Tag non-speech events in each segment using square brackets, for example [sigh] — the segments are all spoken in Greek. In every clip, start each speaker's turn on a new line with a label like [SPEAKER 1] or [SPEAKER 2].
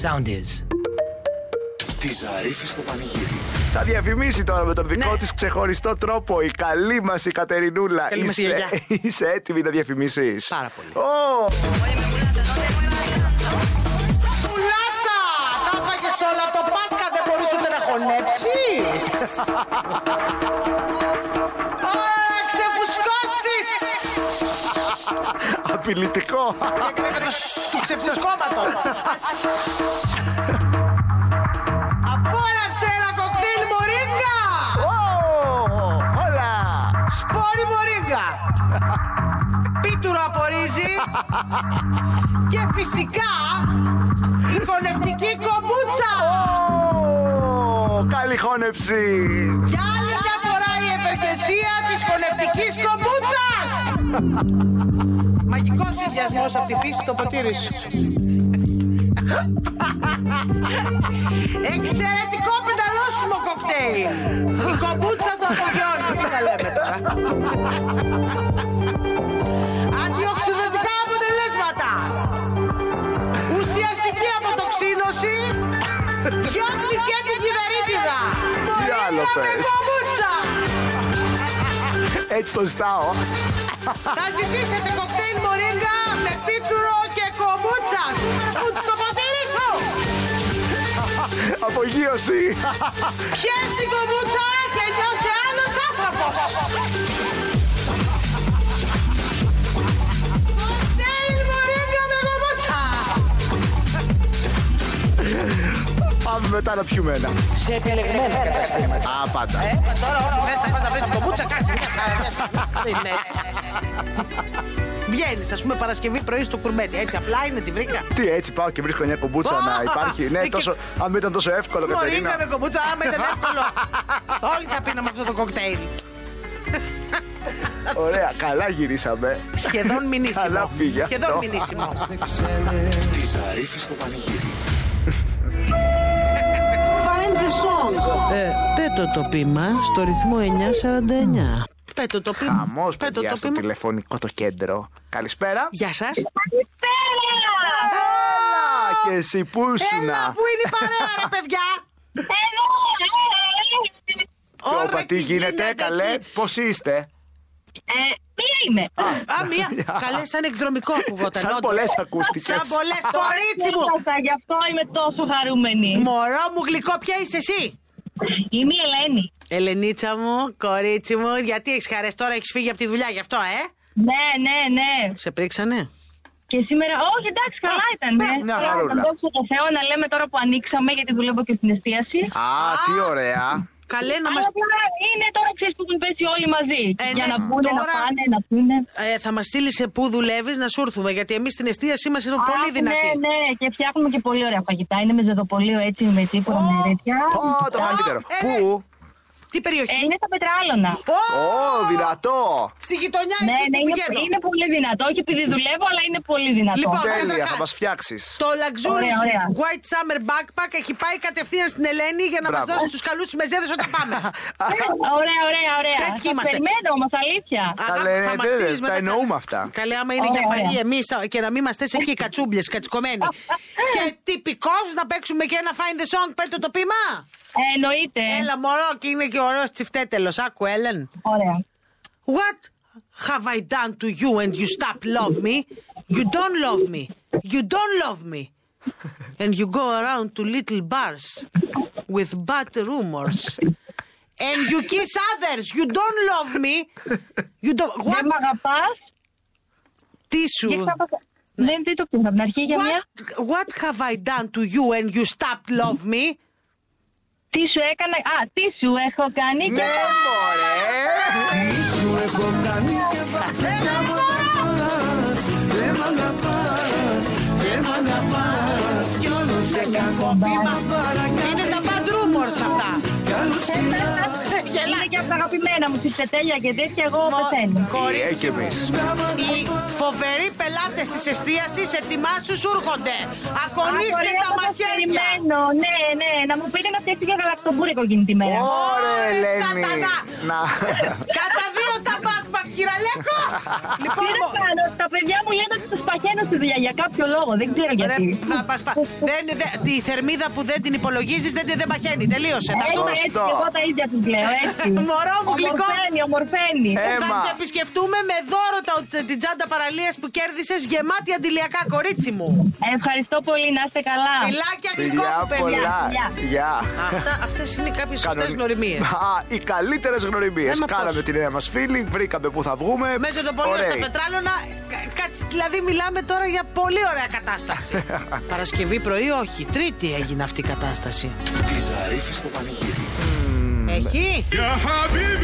[SPEAKER 1] sound is.
[SPEAKER 2] Τη Ζαρίφη στο πανηγύρι.
[SPEAKER 3] Θα διαφημίσει τώρα με τον δικό
[SPEAKER 4] Ναι.
[SPEAKER 3] της τη ξεχωριστό τρόπο η καλή μας η Κατερινούλα.
[SPEAKER 4] Καλή μας η
[SPEAKER 3] είσαι,
[SPEAKER 4] γιαγιά.
[SPEAKER 3] [laughs] είσαι έτοιμη να διαφημίσεις.
[SPEAKER 4] Πάρα πολύ.
[SPEAKER 3] Ω,
[SPEAKER 5] Πουλάτα! Τα φάγες όλα το Πάσχα, δεν μπορείς ούτε να χωνέψεις! Ωραία, να ξεφουσκώσεις!
[SPEAKER 3] απειλητικό.
[SPEAKER 5] Έκανε και το σ του ξεφουσκώματος! Απόλαυσε ένα κοκτέιλ μορίγκα!
[SPEAKER 3] Ω, όλα.
[SPEAKER 5] Σπόρι μορίγκα! Πίτουρο από ρύζι και φυσικά η χωνευτική κομπούτσα!
[SPEAKER 3] Ω, Καλή χώνευση.
[SPEAKER 5] Και άλλη μια φορά η ευεργεσία της χωνευτικής κομπούτσας! Μαγικός συνδυασμός από τη φύση στο ποτήρι σου. Εξαιρετικό πενταλόσιμο κοκτέιλ! Η κομπούτσα το απογειώνει, τι να λέμε τώρα. Αντιοξυδοτικά αποτελέσματα! Ουσιαστική αποτοξίνωση! Διώχνει και την κυταρίτιδα!
[SPEAKER 3] Τι άλλο θες.
[SPEAKER 5] Κομπούτσα!
[SPEAKER 3] Έτσι το ζητάω.
[SPEAKER 5] Θα ζητήσετε κοκτέιλ μορίγκα με πίτουρο και κομπούτσα! Πουτς το πατήρι σου!
[SPEAKER 3] Απογείωση.
[SPEAKER 5] Πιες την κομπούτσα και νιώσε άλλος άνθρωπος! Κοκτέιλ μορίγκα με κομπούτσα!
[SPEAKER 3] Πάμε μετά να πιούμε ένα.
[SPEAKER 5] Σε επιλεγμένα καταστήματα.
[SPEAKER 3] Α, πάντα.
[SPEAKER 5] Ε, Τώρα όπου θες να πας να βρεις την κομπούτσα, κάτσε μια χαρά. μια χαρά. Δεν είναι έτσι. Βγαίνεις, ας πούμε, Παρασκευή πρωί στο κουρμπέτι. Έτσι απλά είναι, τη βρήκα.
[SPEAKER 3] Τι έτσι πάω και βρίσκω μια κομπούτσα να υπάρχει. Ναι,
[SPEAKER 5] Εκεί-
[SPEAKER 3] τόσο, αν ήταν τόσο εύκολο,
[SPEAKER 5] Μωρίγκα με
[SPEAKER 3] Κατερίνα.
[SPEAKER 5] κομπούτσα, άμα ήταν εύκολο. Όλοι θα πίναμε αυτό το κοκτέιλ.
[SPEAKER 3] Ωραία, καλά γυρίσαμε.
[SPEAKER 5] Σχεδόν μηνύσιμο.
[SPEAKER 3] Καλά πήγε
[SPEAKER 5] Σχεδόν
[SPEAKER 3] αυτό.
[SPEAKER 5] μηνύσιμο.
[SPEAKER 2] Τη Ζαρίφη στο πανηγύρι.
[SPEAKER 6] Ε, Πέτω το πείμα στο ρυθμό 949.
[SPEAKER 4] Πέτω το πείμα.
[SPEAKER 3] Χαμός,
[SPEAKER 4] Πέτω
[SPEAKER 3] παιδιά,
[SPEAKER 4] το
[SPEAKER 3] στο
[SPEAKER 4] πείμα.
[SPEAKER 3] τηλεφωνικό το κέντρο. Καλησπέρα.
[SPEAKER 4] Γεια σας.
[SPEAKER 7] Καλησπέρα!
[SPEAKER 3] Έλα και εσύ που
[SPEAKER 5] Έλα,
[SPEAKER 3] ήσουνα.
[SPEAKER 5] πού είναι η παρέα, ρε παιδιά.
[SPEAKER 7] Εδώ!
[SPEAKER 3] Και
[SPEAKER 4] Ωραία,
[SPEAKER 3] Όπα, τι γίνεται,
[SPEAKER 4] εκεί.
[SPEAKER 3] καλέ. Πώς είστε.
[SPEAKER 7] Ε, Μία είμαι!
[SPEAKER 4] Α, μία.
[SPEAKER 3] [laughs]
[SPEAKER 4] Καλέ, σαν εκδρομικό ακουγόταν.
[SPEAKER 3] Σαν
[SPEAKER 4] όντως.
[SPEAKER 3] πολλές ακούστηκες.
[SPEAKER 4] Σαν πολλές, κορίτσι μου.
[SPEAKER 7] Έφτασα, Γι' αυτό είμαι τόσο χαρούμενη.
[SPEAKER 4] Μωρό μου γλυκό, ποια είσαι εσύ.
[SPEAKER 7] Είμαι η Ελένη.
[SPEAKER 4] Ελενίτσα μου, κορίτσι μου, γιατί έχεις χαρές τώρα, έχεις φύγει από τη δουλειά γι' αυτό, ε.
[SPEAKER 7] Ναι, ναι, ναι.
[SPEAKER 4] Σε πρίξανε.
[SPEAKER 7] Και σήμερα, όχι εντάξει, καλά ήταν.
[SPEAKER 3] μπράβο, μια χαρούλα.
[SPEAKER 7] Δόξα τω Θεώ να λέμε τώρα που ανοίξαμε, γιατί δουλεύω και στην εστίαση.
[SPEAKER 3] Α, τι ωραία.
[SPEAKER 4] Καλέ να
[SPEAKER 7] Αλλά
[SPEAKER 4] μας...
[SPEAKER 7] τώρα είναι τώρα ξέρεις που έχουν πέσει όλοι μαζί.
[SPEAKER 4] Ε,
[SPEAKER 7] για
[SPEAKER 4] ναι,
[SPEAKER 7] να πούνε, να
[SPEAKER 4] τώρα-
[SPEAKER 7] πάνε, να πούνε.
[SPEAKER 4] Ε, θα μας στείλεις σε πού δουλεύεις να σου έρθουμε. Γιατί εμείς στην εστίαση είμαστε
[SPEAKER 7] Α,
[SPEAKER 4] πολύ δυνατοί.
[SPEAKER 7] Ναι, ναι, και φτιάχνουμε και πολύ ωραία φαγητά. Είναι με ζεδοπολείο έτσι, με τίποτα, με τέτοια.
[SPEAKER 3] Πω, το καλύτερο.
[SPEAKER 4] έλα.
[SPEAKER 3] Πού.
[SPEAKER 4] Τι
[SPEAKER 7] Ε,
[SPEAKER 4] περιοχή.
[SPEAKER 7] είναι στα πετράλωνα.
[SPEAKER 4] Ω,
[SPEAKER 3] Ω, δυνατό.
[SPEAKER 4] Στη γειτονιά
[SPEAKER 7] Ναι,
[SPEAKER 4] εκεί
[SPEAKER 7] ναι,
[SPEAKER 4] που
[SPEAKER 7] είναι,
[SPEAKER 4] πηγαίνω.
[SPEAKER 7] είναι πολύ δυνατό. Όχι επειδή δουλεύω, αλλά είναι πολύ δυνατό.
[SPEAKER 4] Λοιπόν,
[SPEAKER 3] Τέλεια,
[SPEAKER 4] καταρχάς.
[SPEAKER 3] θα μας φτιάξεις.
[SPEAKER 4] Το
[SPEAKER 7] Ωραία,
[SPEAKER 4] Luxurious
[SPEAKER 7] ωραία.
[SPEAKER 4] White Summer Backpack έχει πάει κατευθείαν στην Ελένη για να μας
[SPEAKER 3] Μπράβο.
[SPEAKER 4] δώσει τους καλούς του μεζέδες όταν πάμε.
[SPEAKER 3] [laughs]
[SPEAKER 7] Ωραία, ωραία, ωραία.
[SPEAKER 4] Τέτοιοι
[SPEAKER 7] Σας
[SPEAKER 4] είμαστε.
[SPEAKER 7] περιμένω όμως, αλήθεια.
[SPEAKER 3] Καλέ,
[SPEAKER 4] Αγάπη,
[SPEAKER 3] ναι,
[SPEAKER 4] θα μας
[SPEAKER 3] ναι,
[SPEAKER 4] στείλεις
[SPEAKER 3] τα
[SPEAKER 4] μετά
[SPEAKER 3] εννοούμε
[SPEAKER 4] καλά.
[SPEAKER 3] αυτά.
[SPEAKER 4] Καλέ, άμα είναι για
[SPEAKER 7] Ωραία,
[SPEAKER 4] φαγή
[SPEAKER 7] ωραία.
[SPEAKER 4] εμείς και να μην μα θες εκεί κατσούμπλες,
[SPEAKER 7] [laughs]
[SPEAKER 4] κατσικωμένοι. και τυπικώ να παίξουμε και ένα find the song, πέτω το πείμα.
[SPEAKER 7] Ε, εννοείται.
[SPEAKER 4] Έλα, μωρό, και είναι και ωραίο τσιφτέτελος. Άκου, Έλεν.
[SPEAKER 7] Ωραία.
[SPEAKER 4] What have I done to you and you stop love me? You don't love me. You don't love
[SPEAKER 3] [laughs]
[SPEAKER 4] me. And you go around to little bars with bad rumors. And you kiss others. You don't love me. You don't.
[SPEAKER 7] Δεν
[SPEAKER 4] What?
[SPEAKER 7] μ' αγαπάς.
[SPEAKER 4] Τι σου.
[SPEAKER 7] Και ξάπασα- Δεν τι το πήγα από την αρχή για
[SPEAKER 4] Ναι. What,
[SPEAKER 7] μια.
[SPEAKER 4] what have I done to you and you stopped love me?
[SPEAKER 7] Τι σου έκανα. Α, τι σου έχω κάνει
[SPEAKER 3] Ναι,
[SPEAKER 7] και.
[SPEAKER 3] μωρέ.
[SPEAKER 4] Είναι τα bad rumors αυτά.
[SPEAKER 7] Είναι και από τα αγαπημένα μου, τσιφτετέλια και τέτοια, εγώ πεθαίνω.
[SPEAKER 3] Ε, και εμείς.
[SPEAKER 4] Οι φοβεροί πελάτες της εστίασης ετοιμάσου σου έρχονται. Ακονίστε
[SPEAKER 7] Ωραία,
[SPEAKER 4] τα
[SPEAKER 7] θα σας
[SPEAKER 4] μαχαίρια.
[SPEAKER 7] Περιμένω, ναι, ναι, να μου πείτε να φτιάξει και γαλακτομπούρικο εκείνη τη μέρα.
[SPEAKER 3] Ωρε,
[SPEAKER 4] Ωρε,
[SPEAKER 3] Ελένη.
[SPEAKER 4] σατανά.
[SPEAKER 3] Να.
[SPEAKER 4] Κατά δύο τα backpack, κυραλέ
[SPEAKER 7] Τι
[SPEAKER 5] λοιπόν,
[SPEAKER 7] να κάνω, τα παιδιά μου λένε ότι τους παχαίνω στη δουλειά για κάποιο λόγο. Δεν ξέρω
[SPEAKER 4] Ρε,
[SPEAKER 7] γιατί.
[SPEAKER 4] θα μας πα- δεν, δε- τη θερμίδα που δεν την υπολογίζεις δεν, δεν παχαίνει. Τελείωσε. Θα,
[SPEAKER 7] Έτσι,
[SPEAKER 4] δούμε.
[SPEAKER 7] έτσι,
[SPEAKER 3] Σωστό.
[SPEAKER 7] και εγώ τα ίδια τους λέω, έτσι.
[SPEAKER 4] [laughs] Μωρό μου γλυκό.
[SPEAKER 7] Ομορφαίνει, ομορφαίνει.
[SPEAKER 3] Ε,
[SPEAKER 4] θα
[SPEAKER 3] Έμα.
[SPEAKER 4] σε επισκεφτούμε με δώρο τα, την τσάντα παραλίας που κέρδισες γεμάτη αντιλιακά, κορίτσι μου.
[SPEAKER 7] Ευχαριστώ πολύ, να είστε καλά.
[SPEAKER 4] Φιλάκια γλυκό
[SPEAKER 3] Φιλιά
[SPEAKER 4] μου, παιδιά.
[SPEAKER 3] πολλά.
[SPEAKER 7] Φιλιά.
[SPEAKER 3] Γεια.
[SPEAKER 4] Αυτά, αυτές είναι κάποιες σωστές
[SPEAKER 3] Κανονι-
[SPEAKER 4] γνωριμίες.
[SPEAKER 3] Α, οι καλύτερες γνωριμίες.
[SPEAKER 4] Έμα
[SPEAKER 3] Κάναμε
[SPEAKER 4] πώς.
[SPEAKER 3] τη νέα μας φίλη, βρήκαμε που θα βγούμε.
[SPEAKER 4] Μέσα το πόλεμο
[SPEAKER 3] Ωραίοι.
[SPEAKER 4] στα πετράλωνα. κα- Κάτσε, δηλαδή μιλάμε τώρα για πολύ ωραία
[SPEAKER 3] [laughs]
[SPEAKER 4] κατάσταση. Παρασκευή πρωί, όχι. Τρίτη έγινε αυτή η κατάσταση.
[SPEAKER 2] Τη Ζαρίφη στο πανηγύρι.
[SPEAKER 4] Έχει. Έλα, ρε,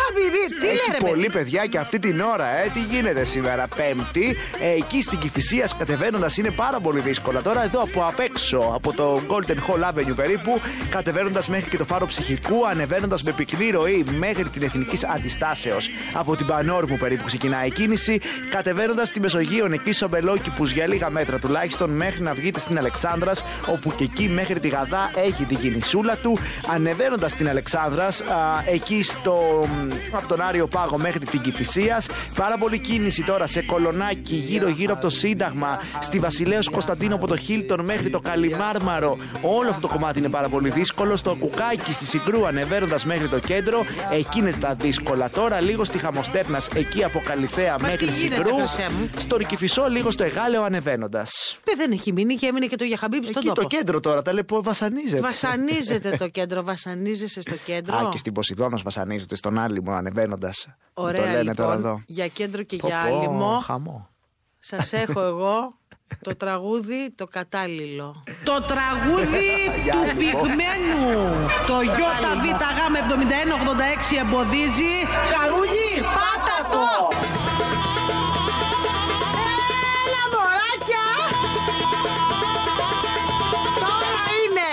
[SPEAKER 4] χαμπιμπί.
[SPEAKER 3] Έχει
[SPEAKER 4] Τι λέει, ρε,
[SPEAKER 3] πολύ
[SPEAKER 4] παιδί.
[SPEAKER 3] παιδιά και αυτή την ώρα, ε, τι γίνεται σήμερα, Πέμπτη. Ε, εκεί στην Κυφυσίας κατεβαίνοντας είναι πάρα πολύ δύσκολα. Τώρα εδώ από απ' έξω, από το Golden Hall Avenue περίπου, κατεβαίνοντας μέχρι και το φάρο ψυχικού, ανεβαίνοντας με πυκνή ροή μέχρι την Εθνική Αντιστάσεως. Από την Πανόρμου περίπου ξεκινάει η κίνηση, κατεβαίνοντας τη Μεσογείων εκεί στο Μπελόκι που για λίγα μέτρα τουλάχιστον μέχρι να βγείτε στην Αλεξάνδρας, όπου και εκεί μέχρι τη Γαδά έχει την κινησούλα του. Ανεβαίνοντας την Αλεξάνδρας, εκεί στο, από τον Άριο Πάγο μέχρι την Κυφυσία. Πάρα πολύ κίνηση τώρα σε κολονάκι γύρω-γύρω από το Σύνταγμα, στη Βασιλέως Κωνσταντίνο από το Χίλτον μέχρι το Καλιμάρμαρο. Όλο αυτό το κομμάτι είναι πάρα πολύ δύσκολο. Στο Κουκάκι, στη Συγκρού, ανεβαίνοντας μέχρι το κέντρο, εκεί είναι τα δύσκολα. Τώρα λίγο στη Χαμοστέρνα, εκεί από Καλυθέα
[SPEAKER 4] Μα
[SPEAKER 3] μέχρι
[SPEAKER 4] τι γίνεται,
[SPEAKER 3] Συγκρού.
[SPEAKER 4] Χριστέ μου?
[SPEAKER 3] Στον Κηφισό, λίγο στο Εγάλεο ανεβαίνοντας.
[SPEAKER 4] Δεν- Δεν έχει μείνει και έμεινε και το Γιαχαμπίπ στον
[SPEAKER 3] Εκεί το
[SPEAKER 4] τόπο.
[SPEAKER 3] κέντρο τώρα, τα λεπό βασανίζεται.
[SPEAKER 4] Βασανίζεται το κέντρο, βασανίζεσαι στο
[SPEAKER 3] Α,
[SPEAKER 4] κέντρο.
[SPEAKER 3] και στην Ποσειδώνα βασανίζονται στον άλυμο ανεβαίνοντας.
[SPEAKER 4] Ωραία,
[SPEAKER 3] το λένε
[SPEAKER 4] λοιπόν,
[SPEAKER 3] τώρα εδώ.
[SPEAKER 4] για κέντρο και
[SPEAKER 3] Πω,
[SPEAKER 4] για
[SPEAKER 3] πω,
[SPEAKER 4] άλυμο.
[SPEAKER 3] Χαμό.
[SPEAKER 4] Σας έχω εγώ το τραγούδι το κατάλληλο. Το τραγούδι του πυγμένου. Το ΙΒΓ7186 εμποδίζει. Χαρούνι, πάτα το! Έλα μωράκια! Τώρα είναι!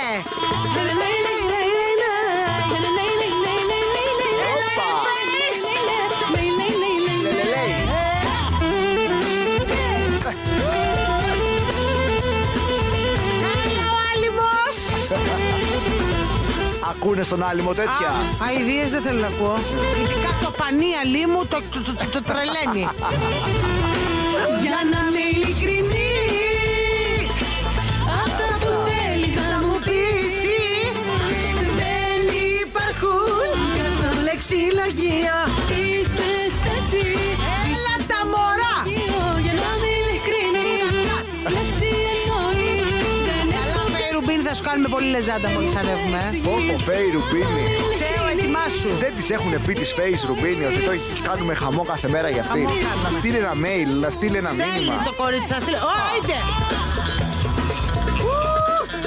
[SPEAKER 3] Ακούνε στον άλυμο τέτοια.
[SPEAKER 4] Αιδίες δεν θέλω να ακούω. Ειδικά το πανί αλίμου το, το, το, το τρελαίνει.
[SPEAKER 1] Για να με ειλικρινείς Αυτά που θέλεις να μου πεις τι Δεν υπάρχουν στο λεξιλογείο Είσαι στάση
[SPEAKER 4] Έλα τα μωρά!
[SPEAKER 1] Για να με ειλικρινείς Λες τι εννοείς Δεν έχω
[SPEAKER 4] Φέι Ρουμπίν Ε, θα σου κάνουμε πολύ λεζάντα μόλις ανέβουμε. ε.
[SPEAKER 3] Πόπο Φέι Ρουμπίνη.
[SPEAKER 4] Τσέο, ετοιμάσου.
[SPEAKER 3] Δεν της έχουν πει της Face Ρουμπίνη ότι το έχει- κάνουμε χαμό κάθε μέρα για αυτή.
[SPEAKER 4] Χαμό κάνουμε.
[SPEAKER 3] Να στείλει ένα mail, να στείλει ένα
[SPEAKER 4] Στέλνει
[SPEAKER 3] μήνυμα.
[SPEAKER 4] το κορίτσι, θα στείλει. Ω, άιντε!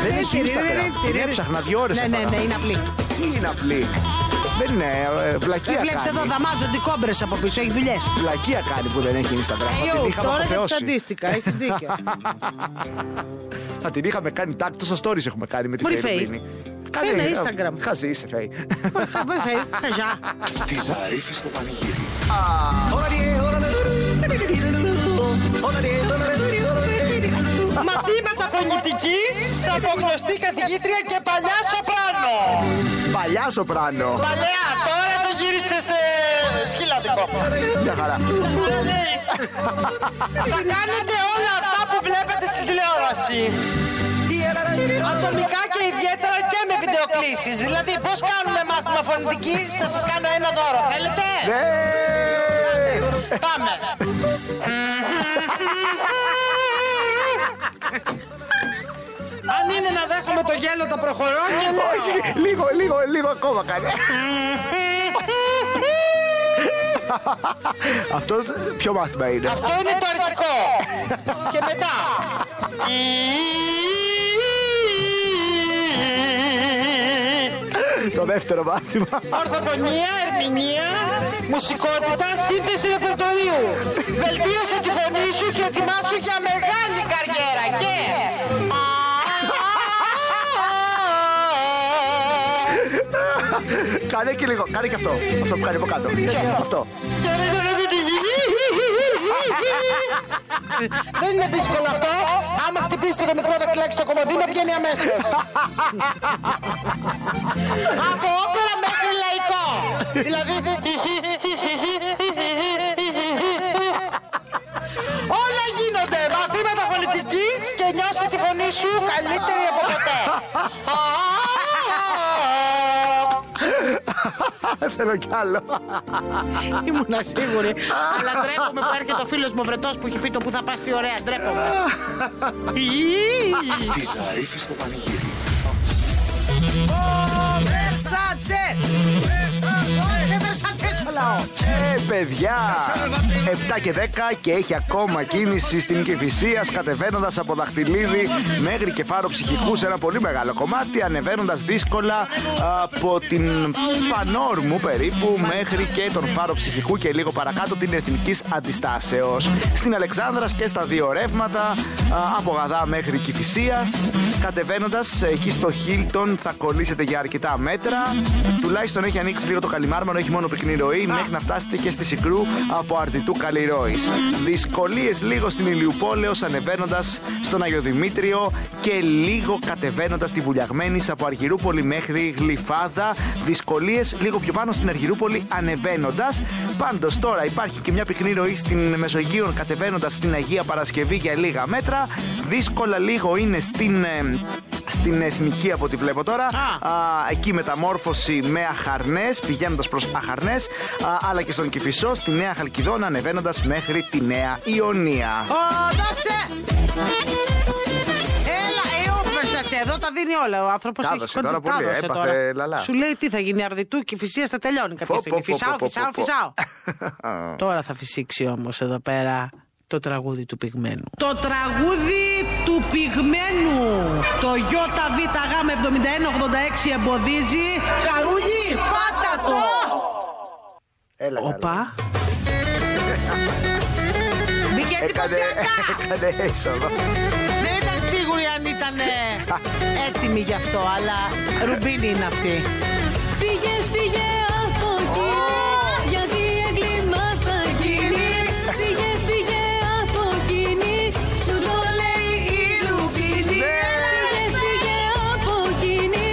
[SPEAKER 3] Δεν έχει Instagram. Την έψαχνα δύο ώρες.
[SPEAKER 4] Ναι, ναι, ναι, είναι απλή.
[SPEAKER 3] Τι είναι απλή. Δεν είναι. ε,
[SPEAKER 4] Δεν
[SPEAKER 3] Βλακεία
[SPEAKER 4] βλέπει εδώ,
[SPEAKER 3] κάνει.
[SPEAKER 4] δαμάζονται κόμπρες από πίσω, έχει δουλειές.
[SPEAKER 3] Βλακεία κάνει που δεν έχει Instagram. Θα την είχαμε
[SPEAKER 4] Ε, Τώρα για τα
[SPEAKER 3] αποθεώσει.
[SPEAKER 4] αντίστοιχα, έχεις [laughs] δίκιο.
[SPEAKER 3] Θα την είχαμε κάνει τάκ. Τόσα stories έχουμε κάνει με τη
[SPEAKER 4] Μωρή
[SPEAKER 3] Faye
[SPEAKER 4] Faye.
[SPEAKER 3] Ρουμπίνη. Κάνε
[SPEAKER 4] Ένα
[SPEAKER 3] ε,
[SPEAKER 4] Instagram.
[SPEAKER 3] Χαζή είσαι, Φέι.
[SPEAKER 4] Χαζά.
[SPEAKER 2] Τη Ζαρίφη στο πανηγύρι.
[SPEAKER 5] μαθήματα φωνητικής από γνωστή καθηγήτρια και παλιά σοπράνο.
[SPEAKER 3] Παλιά σοπράνο.
[SPEAKER 5] Παλαιά, τώρα το γύρισε σε σκυλάτικο.
[SPEAKER 3] Μια χαρά.
[SPEAKER 5] Θα κάνετε όλα αυτά που βλέπετε στη τηλεόραση. Ατομικά και ιδιαίτερα και με βιντεοκλήσεις. Δηλαδή, πώς κάνουμε μάθημα φωνητικής, θα σας κάνω ένα δώρο. Θέλετε?
[SPEAKER 3] Ε, Ναι.
[SPEAKER 5] Πάμε. Αν είναι να δέχομαι το γέλο, τα προχωρώ και λέω.
[SPEAKER 3] Όχι, λίγο, λίγο, λίγο ακόμα κάνει. Αυτός ποιο μάθημα είναι.
[SPEAKER 5] Αυτό είναι το αρχικό. και μετά.
[SPEAKER 3] Το δεύτερο μάθημα.
[SPEAKER 5] Ορθοφωνία, ερμηνεία, μουσικότητα, σύνθεση ρεπερτορίου. Βελτίωσε τη φωνή σου και ετοιμάσου για μεγάλη καριέρα. Και...
[SPEAKER 3] Κάνε και λίγο, κάνε και αυτό. Αυτό που κάνει από κάτω. Αυτό.
[SPEAKER 5] Δεν είναι δύσκολο αυτό. Άμα χτυπήσετε το μικρό δαχτυλάκι στο κομμωδίνο, βγαίνει αμέσως. Από όπερα μέχρι λαϊκό. Δηλαδή. νιώσω τη φωνή σου καλύτερη από ποτέ.
[SPEAKER 3] Θέλω κι άλλο.
[SPEAKER 4] Ήμουνα σίγουρη. Αλλά ντρέπομαι που έρχεται ο φίλος μου βρετός που έχει πει το που θα πας τι ωραία. Ντρέπομαι. Ι.
[SPEAKER 2] Τη Ζαρίφη στο πανηγύρι.
[SPEAKER 4] Σάτσε! Σε Βερσάτσε στο λαό.
[SPEAKER 3] Ε, παιδιά! 7 και 10 και έχει ακόμα κίνηση στην Κυφυσία κατεβαίνοντας από δαχτυλίδι μέχρι και φάρο ψυχικού σε ένα πολύ μεγάλο κομμάτι, ανεβαίνοντας δύσκολα από την Πανόρμου περίπου μέχρι και τον φάρο ψυχικού και λίγο παρακάτω την Εθνικής Αντιστάσεως. Στην Αλεξάνδρας και στα δύο ρεύματα, α, από Γαδά μέχρι Κυφυσία. Κατεβαίνοντα εκεί στο Χίλτον θα κολλήσετε για αρκετά μέτρα. Τουλάχιστον έχει ανοίξει λίγο το καλυμάρμανο, έχει μόνο πυκνή ροή, μέχρι να φτάσετε και στη Σικρού από Αρτιτού Καλλιρόης. Δυσκολίες λίγο στην Ηλιουπόλεω ανεβαίνοντας στον Αγιο Δημήτριο και λίγο κατεβαίνοντας τη Βουλιαγμένη από Αργυρούπολη μέχρι Γλυφάδα. Δυσκολίες λίγο πιο πάνω στην Αργυρούπολη ανεβαίνοντας. Πάντως τώρα υπάρχει και μια πυκνή ροή στην Μεσογείο κατεβαίνοντας στην Αγία Παρασκευή για λίγα μέτρα. Δύσκολα λίγο είναι στην. ε, στην εθνική από ό,τι βλέπω τώρα. Α, εκεί μεταμόρφωση με αχαρνές, πηγαίνοντας προς αχαρνές, αλλά και στον Κυφισό, στη Νέα Χαλκιδόνα, ανεβαίνοντας μέχρι τη Νέα Ιωνία.
[SPEAKER 4] Ω, δώσε! Έλα, ε, ο Βερσάτσε, εδώ τα δίνει όλα. Ο άνθρωπος
[SPEAKER 3] Τα
[SPEAKER 4] έχει
[SPEAKER 3] έδωσε
[SPEAKER 4] κοντά-
[SPEAKER 3] τώρα
[SPEAKER 4] τα
[SPEAKER 3] πολύ,
[SPEAKER 4] έδωσε
[SPEAKER 3] έπαθε
[SPEAKER 4] τώρα.
[SPEAKER 3] λαλά.
[SPEAKER 4] Σου λέει τι θα γίνει, αρδιτού και φυσία θα τελειώνει κάποια
[SPEAKER 3] Πω,
[SPEAKER 4] στιγμή.
[SPEAKER 3] πω, πω,
[SPEAKER 4] Φυσάω,
[SPEAKER 3] πω, πω,
[SPEAKER 4] φυσάω,
[SPEAKER 3] πω.
[SPEAKER 4] φυσάω. Τώρα θα φυσήξει όμως εδώ πέρα το τραγούδι του πυγμένου. Το τραγούδι του πυγμένου. Το ΙΒΓ7186 εμποδίζει. Χαρούνι, πάτα το!
[SPEAKER 3] Έλα, καλά.
[SPEAKER 4] Οπα. Μπήκε
[SPEAKER 3] Έκανε,
[SPEAKER 4] εντυπωσιακά.
[SPEAKER 3] έκανε έξοδο.
[SPEAKER 4] Δεν ήταν σίγουρη αν ήταν έτοιμη γι' αυτό, αλλά ρουμπίνι είναι αυτή.
[SPEAKER 1] Φύγε, φύγε από εκεί, γιατί έγκλημα θα γίνει. Φύγε, φύγε από εκείνη, σου το λέει η Λουπίνη. Φύγε, φύγε από εκείνη,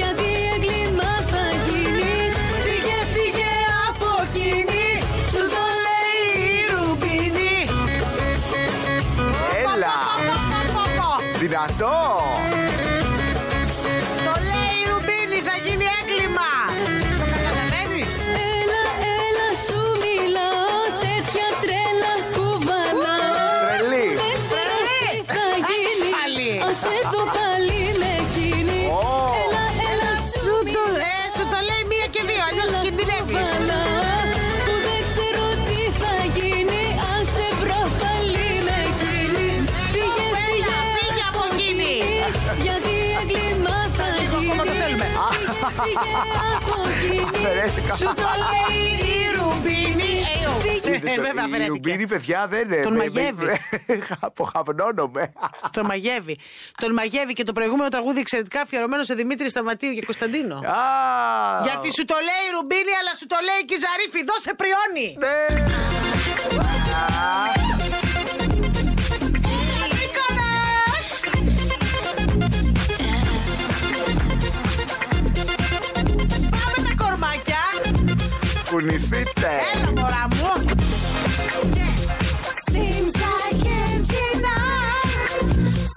[SPEAKER 1] γιατί έγκλημα θα γίνει. Φύγε, φύγε από εκείνη, σου το λέει η Λουπίνη.
[SPEAKER 3] Έλα. Δυνατό.
[SPEAKER 4] Το λέει η Ρουμπίνη, θα γίνει έγκλημα. Το καταλαβαίνεις.
[SPEAKER 1] Έλα, έλα, σου μιλάω, τέτοια τρέλα κουβαλάω.
[SPEAKER 3] Τρελή.
[SPEAKER 1] Δεν ξέρω τι θα
[SPEAKER 4] Πάλι.
[SPEAKER 1] γίνει Ας εδώ πάλι με εκείνη
[SPEAKER 3] Ω.
[SPEAKER 1] Έλα, έλα σου
[SPEAKER 4] Σου το,
[SPEAKER 1] μιλάω
[SPEAKER 4] ε, σου το λέει μία και δύο, αλλιώς κινδυνεύεις.
[SPEAKER 1] Που δεν ξέρω τι θα γίνει Ας σε βρω πάλι με εκείνη Φύγε,
[SPEAKER 4] Έλα,
[SPEAKER 1] φύγε
[SPEAKER 4] φύγε από εκείνη.
[SPEAKER 1] Γιατί έγκλημα θα
[SPEAKER 4] λίγο,
[SPEAKER 1] γίνει
[SPEAKER 4] ακόμα το θέλουμε.
[SPEAKER 1] Φύγε, φύγε από εκείνη
[SPEAKER 3] Αφαιρέθηκα.
[SPEAKER 1] Σου το λέει η Ρουμπίνη Φύγε,
[SPEAKER 4] Ε, βέβαια,
[SPEAKER 3] Η
[SPEAKER 4] αφαιρέθηκε.
[SPEAKER 3] Λουμπίνη, παιδιά, δεν είναι.
[SPEAKER 4] Τον μαγεύει.
[SPEAKER 3] [laughs] Αποχαυνώνομαι.
[SPEAKER 4] Τον μαγεύει. Τον μαγεύει και το προηγούμενο τραγούδι εξαιρετικά αφιερωμένο σε Δημήτρη Σταματίου και Κωνσταντίνο.
[SPEAKER 3] Α,
[SPEAKER 4] Γιατί σου το λέει η Ρουμπίνη, αλλά σου το λέει και η Ζαρίφη. Δώσε πριόνι.
[SPEAKER 3] Ναι.
[SPEAKER 4] Πάμε τα κορμάκια.
[SPEAKER 3] Κουνηθείτε.
[SPEAKER 4] Έλα, μωρά μου.
[SPEAKER 1] Seems I can't deny.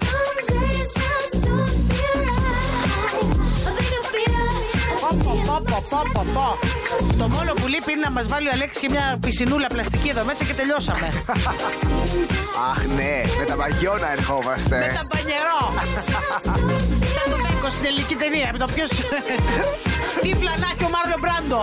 [SPEAKER 1] Some days just don't feel right. I think I feel.
[SPEAKER 4] Πόπο, πόπο, πόπο, πόπο. Το μόνο που λείπει είναι να μας βάλει ο Αλέξης και μια πισινούλα πλαστική εδώ μέσα και τελειώσαμε.
[SPEAKER 3] Αχ, ναι, με τα μαγιώνα
[SPEAKER 4] Με
[SPEAKER 3] ερχόμαστε.
[SPEAKER 4] [laughs] τα μπανιερό. Σαν το Μπέκο στην ελληνική ταινία. Με το ποιος. [laughs] Τι φλανάκι ο Μάρλο Μπράντο.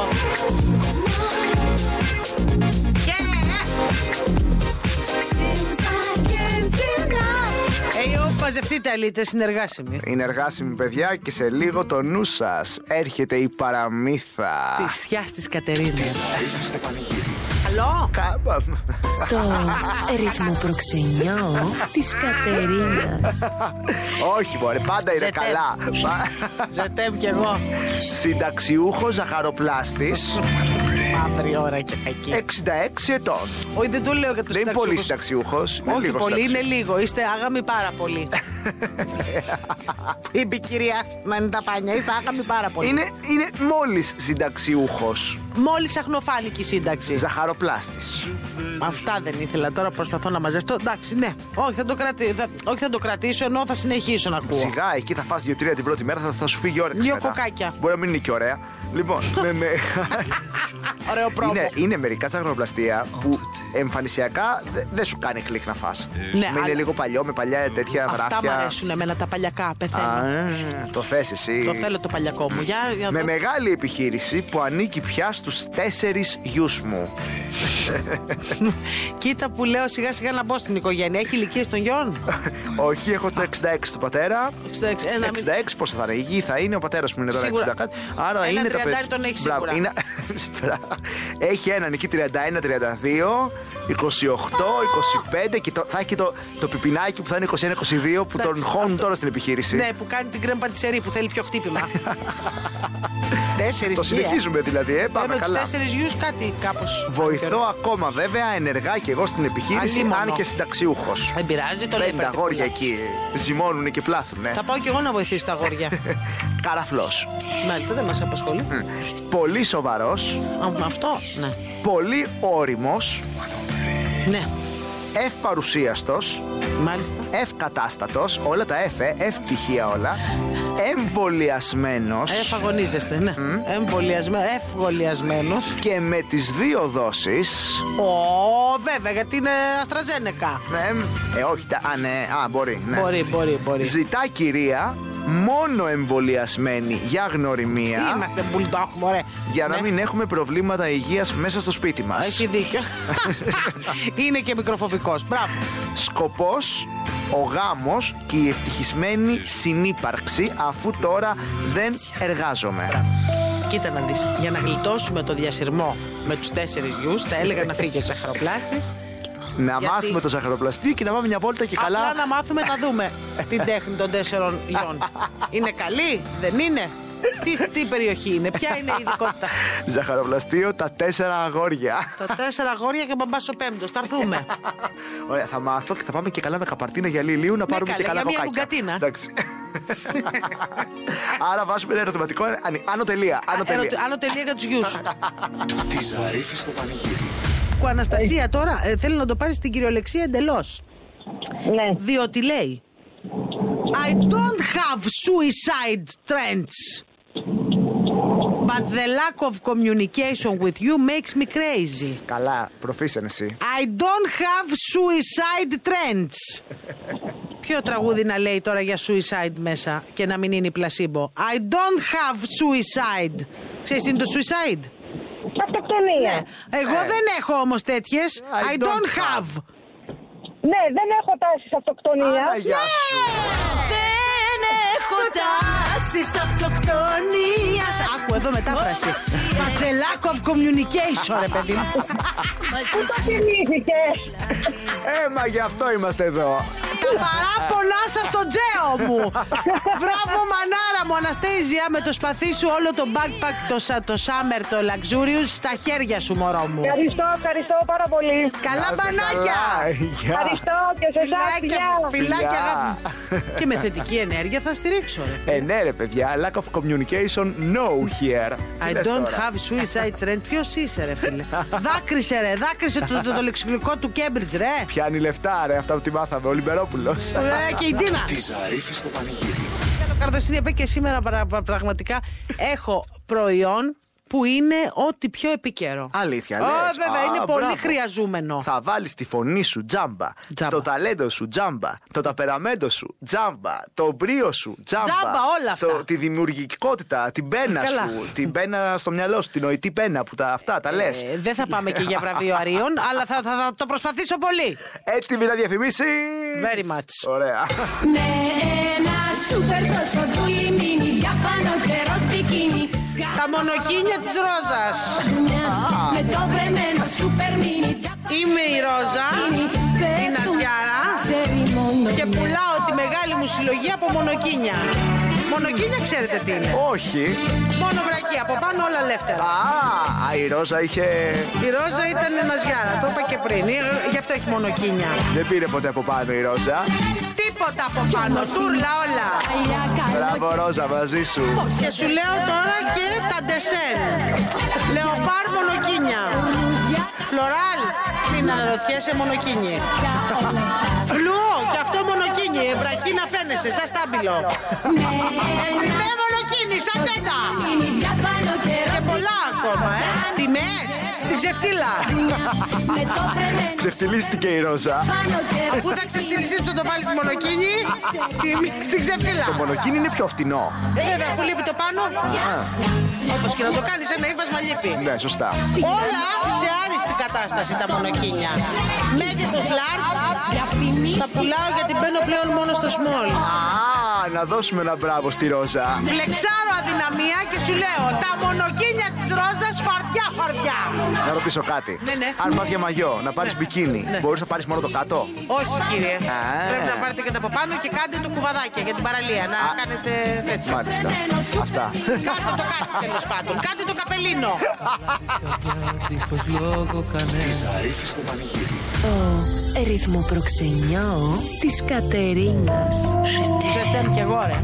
[SPEAKER 4] Ε, ο, μαζευτείτε αλήτε, συνεργάσιμοι.
[SPEAKER 3] Είναι εργάσιμη παιδιά και σε λίγο το νου σας έρχεται η παραμύθα.
[SPEAKER 4] Τη σιά της Κατερίνας.
[SPEAKER 2] Ζαρίφη στο πανηγύρι.
[SPEAKER 4] Καλό.
[SPEAKER 3] Κάμπα.
[SPEAKER 8] Το ρυθμό προξενιό της Κατερίνας.
[SPEAKER 3] [laughs] Όχι, μωρέ, πάντα είναι
[SPEAKER 4] Ζετέμ.
[SPEAKER 3] καλά.
[SPEAKER 4] Ζατέμ κι εγώ.
[SPEAKER 3] Ναι. Συνταξιούχος ζαχαροπλάστης.
[SPEAKER 4] μαύρη ώρα και κακή.
[SPEAKER 3] 66 ετών.
[SPEAKER 4] Όχι, δεν το λέω για τους
[SPEAKER 3] Ε, Δεν είναι πολύ συνταξιούχο.
[SPEAKER 4] Όχι πολύ, είναι λίγο. Είστε άγαμοι πάρα πολύ.
[SPEAKER 3] [laughs]
[SPEAKER 4] Είπε η κυρία στα 95, είστε άγαμοι πάρα πολύ.
[SPEAKER 3] Είναι, είναι μόλις συνταξιούχος.
[SPEAKER 4] Μόλις αχνοφάνηκε η σύνταξη.
[SPEAKER 3] Ζαχαροπλάστης.
[SPEAKER 4] Αυτά δεν ήθελα. Τώρα προσπαθώ να μαζευτώ. Εντάξει, ναι. Όχι, θα το, κρατη... θα... Όχι, θα το κρατήσω ενώ θα συνεχίσω να ακούω.
[SPEAKER 3] Σιγά, εκεί θα φας δύο-τρία την πρώτη μέρα, θα, θα σου φύγει η όρεξη.
[SPEAKER 4] Δύο
[SPEAKER 3] μετά.
[SPEAKER 4] κοκάκια.
[SPEAKER 3] Μπορεί να μην είναι και ωραία.
[SPEAKER 4] [laughs]
[SPEAKER 3] Λοιπόν, με, με...
[SPEAKER 4] Ωραίο πρόβο.
[SPEAKER 3] είναι, είναι μερικά ζαχαροπλαστεία που εμφανισιακά δε- δεν σου κάνει κλικ να φας.
[SPEAKER 4] Ναι,
[SPEAKER 3] με είναι
[SPEAKER 4] αλλά-
[SPEAKER 3] λίγο παλιό, με παλιά τέτοια
[SPEAKER 4] Αυτά μου
[SPEAKER 3] γράφια.
[SPEAKER 4] αρέσουν εμένα τα παλιακά.
[SPEAKER 3] Α, ε,
[SPEAKER 4] Πεθαίνω.
[SPEAKER 3] το θες εσύ.
[SPEAKER 4] Το θέλω το παλιακό μου. Για, για
[SPEAKER 3] Με
[SPEAKER 4] το-
[SPEAKER 3] μεγάλη επιχείρηση που ανήκει πια στους τέσσερις γιους μου.
[SPEAKER 4] Κοίτα που λέω σιγά σιγά να μπω στην οικογένεια. Έχει ηλικίες των γιών.
[SPEAKER 3] Όχι, έχω το 66 του πατέρα.
[SPEAKER 4] 66, ένα μη-
[SPEAKER 3] 66, πόσο θα είναι, η γη θα είναι, ο πατέρας μου είναι τώρα
[SPEAKER 4] Ε, Σίγουρα.
[SPEAKER 3] 60 κάτι. Άρα
[SPEAKER 4] Ένα
[SPEAKER 3] είναι το
[SPEAKER 4] 30 τον έχει
[SPEAKER 3] Μπράβο,
[SPEAKER 4] σίγουρα.
[SPEAKER 3] είναι- [laughs] Μπράβο. έχει έναν εκεί 31-32, 28, 25 και το- θα έχει το, το πιπινάκι που θα είναι 21-22 που τον
[SPEAKER 4] Εντάξει,
[SPEAKER 3] χώνουν τώρα στην επιχείρηση.
[SPEAKER 4] Ναι, που κάνει την κρέμπα τη ερή που θέλει πιο
[SPEAKER 3] [laughs]
[SPEAKER 4] χτύπημα. Τέσσερις
[SPEAKER 3] Το συνεχίζουμε δηλαδή, ε, πάμε
[SPEAKER 4] με τους
[SPEAKER 3] καλά.
[SPEAKER 4] τέσσερις γιους κάτι κάπως.
[SPEAKER 3] Βοηθώ ακόμα βέβαια ενεργά και εγώ στην επιχείρηση,
[SPEAKER 4] Ανήμωνο.
[SPEAKER 3] αν και συνταξιούχος.
[SPEAKER 4] Δεν πειράζει, το λέει.
[SPEAKER 3] Πέντε αγόρια εκεί ζυμώνουν και πλάθουν.
[SPEAKER 4] Θα πάω κι εγώ να βοηθήσω τα αγόρια.
[SPEAKER 3] [laughs] Καραφλός.
[SPEAKER 4] Μάλιστα, δεν μας απασχολεί.
[SPEAKER 3] Πολύ σοβαρός,
[SPEAKER 4] Α, με Αυτό, ναι.
[SPEAKER 3] πολύ όριμος,
[SPEAKER 4] Ναι,
[SPEAKER 3] ευπαρουσίαστος,
[SPEAKER 4] μάλιστα.
[SPEAKER 3] ευκατάστατος, όλα τα εφε, ευτυχία όλα, εμβολιασμένος
[SPEAKER 4] Εφαγωνίζεστε, ναι. Εμβολιασμένο, ευγολιασμένο.
[SPEAKER 3] και με τις δύο δόσεις...
[SPEAKER 4] Ω, βέβαια, γιατί είναι αστραζένεκα.
[SPEAKER 3] Ναι, ε, όχι, τα, α, ναι, α, μπορεί, ναι.
[SPEAKER 4] Μπορεί, μπορεί, μπορεί.
[SPEAKER 3] Ζητά κυρία μόνο εμβολιασμένη για γνωριμία,
[SPEAKER 4] Είμαστε bulldog, μωρέ.
[SPEAKER 3] για να
[SPEAKER 4] Ναι.
[SPEAKER 3] μην έχουμε προβλήματα υγείας μέσα στο σπίτι μας.
[SPEAKER 4] Έχει
[SPEAKER 3] [laughs]
[SPEAKER 4] δίκιο. [laughs] είναι και μικροφοβικός, Μπράβο.
[SPEAKER 3] Σκοπός ο γάμος και η ευτυχισμένη συνύπαρξη αφού τώρα δεν εργάζομαι.
[SPEAKER 4] Κοίτα να δεις, για να γλιτώσουμε το διασυρμό με τους τέσσερις γιους, θα έλεγα να φύγει ο ζαχαροπλάστης.
[SPEAKER 3] Να
[SPEAKER 4] Γιατί?
[SPEAKER 3] μάθουμε το ζαχαροπλαστή και να πάμε μια βόλτα και καλά.
[SPEAKER 4] Απλά να μάθουμε να
[SPEAKER 3] [laughs]
[SPEAKER 4] δούμε την τέχνη των τέσσερων γιών. είναι καλή, δεν είναι. Τι, τι περιοχή είναι, ποια είναι η ειδικότητα.
[SPEAKER 3] Ζαχαροπλαστείο τα τέσσερα αγόρια. [laughs]
[SPEAKER 4] Τα τέσσερα αγόρια και μπαμπάς ο πέμπτος, θα έρθουμε.
[SPEAKER 3] Ωραία, θα μάθω και θα πάμε και καλά με καπαρτίνα για λιλίου να πάρουμε
[SPEAKER 4] καλέ,
[SPEAKER 3] και καλά
[SPEAKER 4] Ναι, για
[SPEAKER 3] κοκάκια.
[SPEAKER 4] μια μπουγκατίνα. [laughs]
[SPEAKER 3] Εντάξει. Άρα βάζουμε ένα ερωτηματικό. αν- Άνω τελεία. Άνω
[SPEAKER 4] Ερωτη-
[SPEAKER 3] τελεία.
[SPEAKER 4] Άνω τελεία για τους γιους.
[SPEAKER 2] Τη Ζαρίφη στο πανηγύρι.
[SPEAKER 4] Κου Αναστασία τώρα ε, θέλει να το πάρεις στην κυριολεξία εντελώς.
[SPEAKER 7] Ναι.
[SPEAKER 4] διότι λέει I don't have suicide trends but the lack of communication with you makes me crazy
[SPEAKER 3] Καλά, προφήσεν εσύ.
[SPEAKER 4] I don't have suicide trends Ποιο τραγούδι να λέει τώρα για suicide μέσα και να μην είναι η πλασίμπο I don't have suicide Ξέρεις τι είναι το suicide
[SPEAKER 7] Αυτοκτονία.
[SPEAKER 4] Ε, Εγώ δεν έχω όμως τέτοιες
[SPEAKER 3] Ναι. I
[SPEAKER 4] I
[SPEAKER 3] don't
[SPEAKER 4] don't
[SPEAKER 3] have.
[SPEAKER 4] have
[SPEAKER 7] Ναι, δεν έχω τάσεις αυτοκτονία.
[SPEAKER 3] Άρα, γεια σου.
[SPEAKER 1] Δεν έχω τάσεις αυτοκτονίας
[SPEAKER 4] Άκου εδώ μετάφραση But the lack of communication ρε παιδί μου
[SPEAKER 7] Πού το θυμήθηκες.
[SPEAKER 4] Ναι.
[SPEAKER 3] Ε, μα γι' αυτό είμαστε εδώ.
[SPEAKER 4] Τα παράπονά σα στον τζέο μου. Μπράβο, μανάρα μου, Αναστέζια, με το σπαθί σου όλο το backpack, το, σα- το summer, το luxurious στα χέρια σου, μωρό μου.
[SPEAKER 7] Ευχαριστώ, ευχαριστώ πάρα πολύ.
[SPEAKER 4] Καλά
[SPEAKER 3] Να είστε
[SPEAKER 4] μπανάκια!
[SPEAKER 3] καλά. Γεια.
[SPEAKER 7] Ευχαριστώ και σε εσάς,
[SPEAKER 4] Φιλάκια,
[SPEAKER 7] φιλιά.
[SPEAKER 4] φιλάκια,
[SPEAKER 3] Φιλιά.
[SPEAKER 4] αγάπη. Και με θετική ενέργεια θα στηρίξω. ρε.
[SPEAKER 3] Ε, ναι, ρε παιδιά, lack of communication, no here. Τι
[SPEAKER 4] I
[SPEAKER 3] λες
[SPEAKER 4] don't
[SPEAKER 3] τώρα?
[SPEAKER 4] have suicide trend. Ποιος είσαι, ρε φίλε. δάκρυσε, ρε. Δάκρυσε το, το, το λεξιλικό του Cambridge, ρε.
[SPEAKER 3] Πιάνει λεφτά, ρε, αυτά που τη μάθαμε, ο Λιμπερόπουλος. [laughs]
[SPEAKER 4] Ε, και η Ντίνα.
[SPEAKER 2] Τη Ζαρίφη στο πανηγύρι.
[SPEAKER 4] Το καρδοσύνη είπε και σήμερα πρα- πρα- πραγματικά έχω προϊόν που είναι ό,τι πιο επίκαιρο.
[SPEAKER 3] Αλήθεια,
[SPEAKER 4] Ω,
[SPEAKER 3] λες.
[SPEAKER 4] βέβαια,
[SPEAKER 3] Α,
[SPEAKER 4] είναι πολύ
[SPEAKER 3] μπράβο.
[SPEAKER 4] χρειαζούμενο.
[SPEAKER 3] Θα βάλεις τη φωνή σου τζάμπα,
[SPEAKER 4] Τζάμπα.
[SPEAKER 3] το ταλέντο σου τζάμπα, το ταπεραμέντο σου τζάμπα, το μπρίο σου τζάμπα.
[SPEAKER 4] Τζάμπα, όλα αυτά.
[SPEAKER 3] Το, τη δημιουργικότητα, την πένα
[SPEAKER 4] Καλά.
[SPEAKER 3] σου,
[SPEAKER 4] [laughs]
[SPEAKER 3] την πένα στο μυαλό σου, την νοητή πένα που τα, αυτά τα λε.
[SPEAKER 4] Ε, δεν θα πάμε και για βραβείο Αρίων, αλλά θα, θα, θα το προσπαθήσω πολύ.
[SPEAKER 3] Έτοιμη να διαφημίσει.
[SPEAKER 4] Very much. [laughs]
[SPEAKER 3] Ωραία.
[SPEAKER 1] Με ένα σούπερ τόσο δουλειμίνι Διαφάνω καιρός μπικίνι
[SPEAKER 4] Τα μονοκίνια της Ρόζας.
[SPEAKER 1] Μιας με το βρεμένο σούπερ μίνι
[SPEAKER 4] Είμαι η Ρόζα, η Νατιάρα
[SPEAKER 1] Ξέρει μόνο
[SPEAKER 4] και πουλάω τη μεγάλη μου συλλογή από μονοκίνια. Μονοκίνια ξέρετε τι είναι.
[SPEAKER 3] Όχι.
[SPEAKER 4] Μόνο βρακή, από πάνω όλα
[SPEAKER 3] Α,
[SPEAKER 4] λεύτερα.
[SPEAKER 3] α, η Ρόζα είχε.
[SPEAKER 4] Η Ρόζα ήταν ένας γιάρα, το είπα και πριν. Η- Γι' αυτό έχει μονοκίνια.
[SPEAKER 3] Δεν πήρε ποτέ από πάνω η Ρόζα.
[SPEAKER 4] Τίποτα από πάνω, τούρλα όλα. [laughs]
[SPEAKER 3] Μπράβο, Ρόζα, μαζί σου.
[SPEAKER 4] Και σου λέω τώρα και τα ντεσέν. Λεοπάρ μονοκίνια. Φλωράλ. Μην αναρωτιέσαι μονοκίνη. Φλουό, και αυτό μονοκίνη. Ευρακή να φαίνεσαι, σαν στάμπιλο. Εκρυπέ μονοκίνη, σαν τέτα. Και πολλά ακόμα, ε. Τιμές, στην ξεφτύλα.
[SPEAKER 3] Ξεφτυλίστηκε η Ρόζα.
[SPEAKER 4] Αφού θα ξεφτυλιστείς που το βάλεις μονοκίνη, τιμές στην ξεφτύλα.
[SPEAKER 3] Το μονοκίνη είναι πιο φτηνό.
[SPEAKER 4] Ε, βέβαια, αφού λείπει το πάνω, όπως και να το κάνεις, ένα ύφασμα λείπει.
[SPEAKER 3] Ναι, σωστά.
[SPEAKER 4] Όλα σε άριστη κατάσταση τα μονοκίνια. Μέγεθος large, τα πουλάω γιατί μπαίνω πλέον μόνο στο small.
[SPEAKER 3] Α, να δώσουμε ένα μπράβο στη Ρόζα.
[SPEAKER 4] Φλεξάρω αδυναμία και σου λέω τα μονοκίνια της ρόζας φαρδιά φαρδιά.
[SPEAKER 3] Να ρωτήσω κάτι.
[SPEAKER 4] Ναι, ναι.
[SPEAKER 3] Αν πας για μαγιό, να πάρεις μπικίνι, μπορείς να πάρεις μόνο το κάτω.
[SPEAKER 4] Όχι κύριε,
[SPEAKER 3] Α.
[SPEAKER 4] πρέπει να πάρετε και τα από πάνω και κάντε το κουβαδάκια για την παραλία να
[SPEAKER 3] Α.
[SPEAKER 4] κάνετε τέτοιο.
[SPEAKER 3] Μάλιστα. Αυτά.
[SPEAKER 4] Κάντε το κάτι τέλος πάντων, κάντε το καπελίνο.
[SPEAKER 2] Τη Ζαρίφη στο πανηγύρι.
[SPEAKER 8] Το ρυθμό προξενιό της Κατερίνας.
[SPEAKER 4] Ζετέμ και εγώ ρε.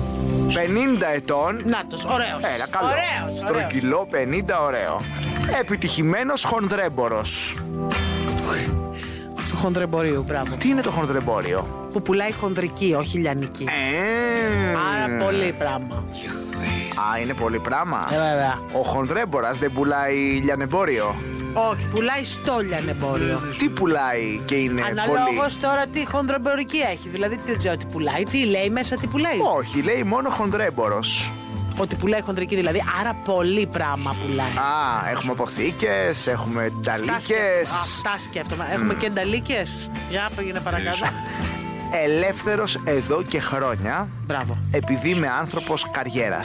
[SPEAKER 3] 50 ετών.
[SPEAKER 4] Νάτος, ωραίος.
[SPEAKER 3] Έλα, καλό.
[SPEAKER 4] Ωραίος, ωραίος.
[SPEAKER 3] Στρογγυλό, 50, ωραίο. Επιτυχημένος χονδρέμπορος.
[SPEAKER 4] Του χονδρεμπορίου, μπράβο.
[SPEAKER 3] Τι είναι το χονδρεμπόριο,
[SPEAKER 4] Που πουλάει χονδρική, όχι λιανική.
[SPEAKER 3] Ε,
[SPEAKER 4] Άρα πολύ πράγμα.
[SPEAKER 3] Α, είναι πολύ πράγμα.
[SPEAKER 4] Ε, βέβαια.
[SPEAKER 3] Ο χονδρέμπορας δεν πουλάει λιανεμπόριο.
[SPEAKER 4] Όχι, πουλάει στόλια εμπόριο.
[SPEAKER 3] Τι πουλάει και είναι Ναι, πολύ.
[SPEAKER 4] Αναλόγω τώρα τι χονδρομπορικία έχει. Δηλαδή τι δεν ξέρω τι πουλάει, τι λέει μέσα, τι πουλάει.
[SPEAKER 3] Όχι, λέει μόνο χονδρέμπορος.
[SPEAKER 4] Ότι πουλάει χονδρική δηλαδή. Άρα πολύ πράγμα πουλάει.
[SPEAKER 3] Α, έχουμε αποθήκες, έχουμε
[SPEAKER 4] Αυτά
[SPEAKER 3] ταλίκε.
[SPEAKER 4] σκέφτομαι. Αυτά σκέφτομαι. Έχουμε και ενταλίκε. Για πήγαινε παρακάτω.
[SPEAKER 3] Ελεύθερος εδώ και χρόνια,
[SPEAKER 4] Μπράβο.
[SPEAKER 3] επειδή είμαι άνθρωπος καριέρας.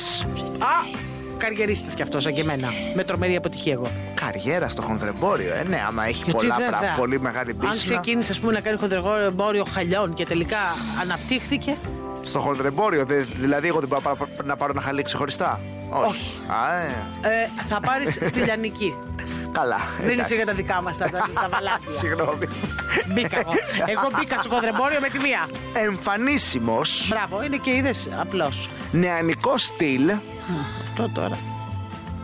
[SPEAKER 4] Α! Καριερίστη κι αυτός, σαν και εμένα. Με τρομερή αποτυχία εγώ.
[SPEAKER 3] Καριέρα στο χονδρεμπόριο, ε, ναι, άμα έχει
[SPEAKER 4] Γιατί
[SPEAKER 3] πολλά
[SPEAKER 4] βέβαια,
[SPEAKER 3] πράγματα, πολύ μεγάλη
[SPEAKER 4] Αν
[SPEAKER 3] πίστη.
[SPEAKER 4] ξεκίνησε, ας πούμε, να κάνει χονδρεμπόριο χαλιών και τελικά αναπτύχθηκε.
[SPEAKER 3] Στο χονδρεμπόριο, δε- δηλαδή, εγώ δεν μπορώ να πάρω- να πάρω ένα χαλί ξεχωριστά.
[SPEAKER 4] Όχι.
[SPEAKER 3] Α, ε,
[SPEAKER 4] Ε, θα πάρεις
[SPEAKER 3] [laughs]
[SPEAKER 4] στη λιανική.
[SPEAKER 3] καλά.
[SPEAKER 4] Δεν
[SPEAKER 3] εντάξει.
[SPEAKER 4] είσαι για τα δικά μας τα, τα, τα βαλάκια.
[SPEAKER 3] [laughs] Συγγνώμη.
[SPEAKER 4] Μπήκα εγώ. Εγώ μπήκα στο χονδρεμπόριο με τη μία.
[SPEAKER 3] Εμφανίσιμος,
[SPEAKER 4] Μπράβο, είναι και είδες απλώ.
[SPEAKER 3] νεανικό στυλ.
[SPEAKER 4] Αυτό τώρα.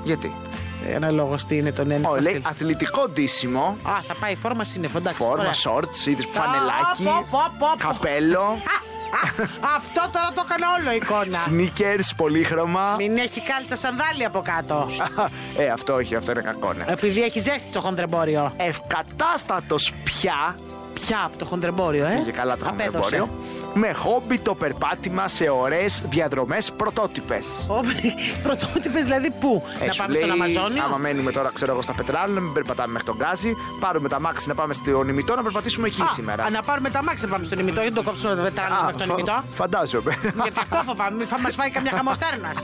[SPEAKER 3] Γιατί.
[SPEAKER 4] Ένα λόγο τι είναι τον έννοιο.
[SPEAKER 3] Ω, λέει αθλητικό ντύσιμο.
[SPEAKER 4] Α, θα πάει φόρμα σύννεφο, εντάξει.
[SPEAKER 3] Φόρμα,
[SPEAKER 4] ωραία.
[SPEAKER 3] shorts, είδες φανελάκι.
[SPEAKER 4] πω, πω, πω, πω. [laughs]
[SPEAKER 3] Καπέλο.
[SPEAKER 4] Α, Αυτό τώρα το έκανα όλο εικόνα.
[SPEAKER 3] Sneakers, πολύχρωμα.
[SPEAKER 4] Μην έχει κάλτσα σανδάλι από κάτω.
[SPEAKER 3] [laughs] ε, αυτό όχι, αυτό είναι κακό, ναι.
[SPEAKER 4] Επειδή έχει ζέστη το χονδρεμπόριο.
[SPEAKER 3] Ευκατάστατος πια.
[SPEAKER 4] Πια από το χονδρεμπόριο, ε.
[SPEAKER 3] Πήγε καλά το
[SPEAKER 4] Απέδωσε.
[SPEAKER 3] χονδρεμπόριο. Με χόμπι το περπάτημα σε ωραίες διαδρομές πρωτότυπες.
[SPEAKER 4] [laughs] Ω, Πρωτότυπες δηλαδή πού,
[SPEAKER 3] Ε,
[SPEAKER 4] να
[SPEAKER 3] σου
[SPEAKER 4] πάμε στον
[SPEAKER 3] λέει,
[SPEAKER 4] Αμαζόνιο.
[SPEAKER 3] Άμα μένουμε τώρα, ξέρω εγώ, στα Πετράλ, να μην περπατάμε μέχρι τον Γκάζι, πάρουμε τα μάξι να πάμε στον ημιτό να περπατήσουμε εκεί
[SPEAKER 4] Α,
[SPEAKER 3] σήμερα.
[SPEAKER 4] α, να πάρουμε τα μάξι να πάμε στον ημιτό, γιατί το κόψουμε με
[SPEAKER 3] Α,
[SPEAKER 4] τα τον Ναι.
[SPEAKER 3] φα- [laughs]
[SPEAKER 4] ημιτό. [laughs]
[SPEAKER 3] Φαντάζομαι.
[SPEAKER 4] Γιατί αυτό φοβάμαι, μη θα μας φάει καμιά χαμοστέρνας.
[SPEAKER 3] [laughs]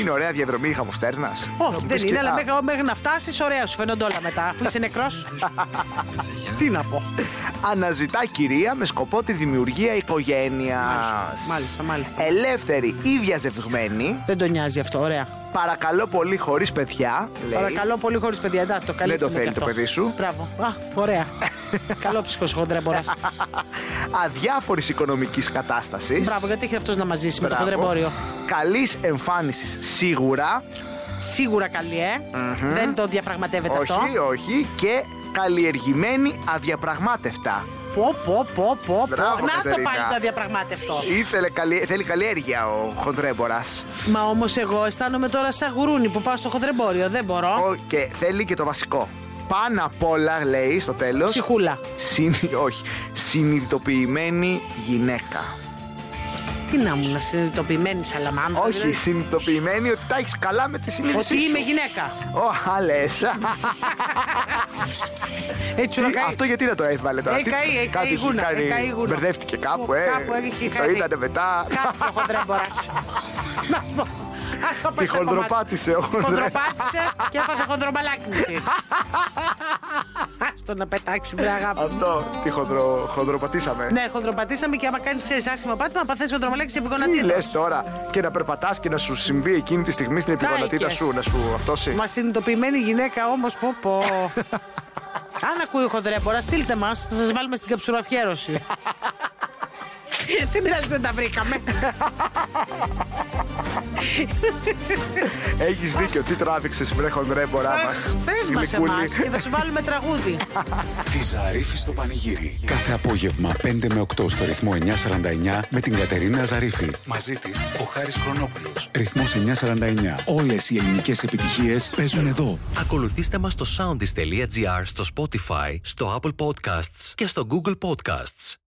[SPEAKER 3] είναι ωραία διαδρομή η χαμοστέρνας.
[SPEAKER 4] Όχι, δεν είναι, αλλά μέχρι, μέχρι να φτάσεις, ωραία σου φαίνονται όλα μετά. Αφού είσαι νεκρός.
[SPEAKER 3] [laughs]
[SPEAKER 4] Τι να πω.
[SPEAKER 3] Αναζητά κυρία με σκοπό τη δημιουργία οικογένειας.
[SPEAKER 4] Μάλιστα,
[SPEAKER 3] Ε,
[SPEAKER 4] μάλιστα.
[SPEAKER 3] Ελεύθερη ή διαζευγμένη.
[SPEAKER 4] Δεν τον νοιάζει αυτό, ωραία.
[SPEAKER 3] Παρακαλώ πολύ χωρίς παιδιά. Λέει.
[SPEAKER 4] Παρακαλώ πολύ χωρίς παιδιά. Εντάξει, το
[SPEAKER 3] Δεν το
[SPEAKER 4] καλύπτουμε
[SPEAKER 3] θέλει
[SPEAKER 4] και
[SPEAKER 3] το
[SPEAKER 4] αυτό.
[SPEAKER 3] παιδί σου.
[SPEAKER 4] Μπράβο. Α,
[SPEAKER 3] [laughs]
[SPEAKER 4] ωραία. Καλό ψυχο χοντρέμπορα.
[SPEAKER 3] Αδιάφορης οικονομικής κατάστασης.
[SPEAKER 4] Μπράβο, γιατί έχει αυτός να μαζίσει με το χοντρεμπόριο.
[SPEAKER 3] Καλής εμφάνισης σίγουρα.
[SPEAKER 4] Σίγουρα καλή, ε. Δεν το διαπραγματεύεται
[SPEAKER 3] Όχι,
[SPEAKER 4] αυτό.
[SPEAKER 3] όχι. Και καλλιεργημένη αδιαπραγμάτευτα.
[SPEAKER 4] Πω, πω, πω, πω. πω.
[SPEAKER 3] Μπράβο,
[SPEAKER 4] Να το
[SPEAKER 3] Κατερίνα.
[SPEAKER 4] πάλι το διαπραγμάτευτο.
[SPEAKER 3] Ήθελε καλυ... Θέλει καλλιέργεια ο χοντρέμπορας.
[SPEAKER 4] Μα όμως εγώ αισθάνομαι τώρα σαν γουρούνι που πάω στο χοντρεμπόριο. Δεν μπορώ.
[SPEAKER 3] Και θέλει και το βασικό. Πάνω απ' όλα, λέει στο τέλος.
[SPEAKER 4] Ψυχούλα.
[SPEAKER 3] όχι. Συνειδητοποιημένη γυναίκα.
[SPEAKER 4] Τι να μου, να συνειδητοποιημένη σαλαμάνδρα.
[SPEAKER 3] Όχι,
[SPEAKER 4] δηλαδή.
[SPEAKER 3] συνειδητοποιημένη ότι τα έχεις καλά με τη συνείδησή
[SPEAKER 4] Ότι
[SPEAKER 3] σου.
[SPEAKER 4] είμαι γυναίκα.
[SPEAKER 3] Ω, άλλε.
[SPEAKER 4] Έτσι ουρακαεί.
[SPEAKER 3] Αυτό γιατί να το έβαλε τώρα.
[SPEAKER 4] Έχει
[SPEAKER 3] τι-
[SPEAKER 4] Ε, καεί, έχει
[SPEAKER 3] κάτι
[SPEAKER 4] καεί γούνα,
[SPEAKER 3] κάνει-
[SPEAKER 4] έχει καεί γούνα.
[SPEAKER 3] Μπερδεύτηκε κάπου, ε.
[SPEAKER 4] Κάπου έχει
[SPEAKER 3] Το
[SPEAKER 4] χαθεί.
[SPEAKER 3] είδατε μετά.
[SPEAKER 4] Κάτι το χοντρέμπορα. Να πω. Ας το
[SPEAKER 3] Τη
[SPEAKER 4] πες σε
[SPEAKER 3] χοντροπάτησε ο
[SPEAKER 4] κομμάτι.
[SPEAKER 3] χοντρέ. [laughs]
[SPEAKER 4] Χοντροπάτησε και έπαθε χοντρομπαλάκνηση. Ας αυτό να πετάξει, βρε αγάπη. μου.
[SPEAKER 3] [laughs] Αυτό τι χοντρο, χοντροπατήσαμε.
[SPEAKER 4] Ναι, χοντροπατήσαμε και άμα κάνεις ξέρεις άσχημα πάτημα, παθέ χοντρομαλάκι σε
[SPEAKER 3] Τι
[SPEAKER 4] επικονατίδα.
[SPEAKER 3] λες τώρα και να περπατάς και να σου συμβεί εκείνη τη στιγμή στην επιγονατίδα
[SPEAKER 4] Κάικες.
[SPEAKER 3] σου, να σου αυτόσει.
[SPEAKER 4] Μα συνειδητοποιημένη γυναίκα όμως, πω
[SPEAKER 3] [laughs]
[SPEAKER 4] πω. Αν ακούει χοντρέμπορα, στείλτε μας, θα σας βάλουμε στην καψουραφιέρωση.
[SPEAKER 3] [laughs]
[SPEAKER 4] Δεν πειράζει, δεν τα βρήκαμε.
[SPEAKER 3] Έχεις δίκιο, τι τράβηξες, βρε χοντρέμπορα μας.
[SPEAKER 4] Πες μας εμάς και θα σου βάλουμε τραγούδι.
[SPEAKER 2] Τη Ζαρίφη στο πανηγύρι. Κάθε απόγευμα 5 με 8 στο ρυθμό 949 με την Κατερίνα Ζαρίφη. Μαζί της ο Χάρης Χρονόπουλος. Ρυθμός 949. Όλες οι ελληνικές επιτυχίες παίζουν εδώ.
[SPEAKER 9] Ακολουθήστε μας στο soundis.gr, στο Spotify, στο Apple Podcasts και στο Google Podcasts.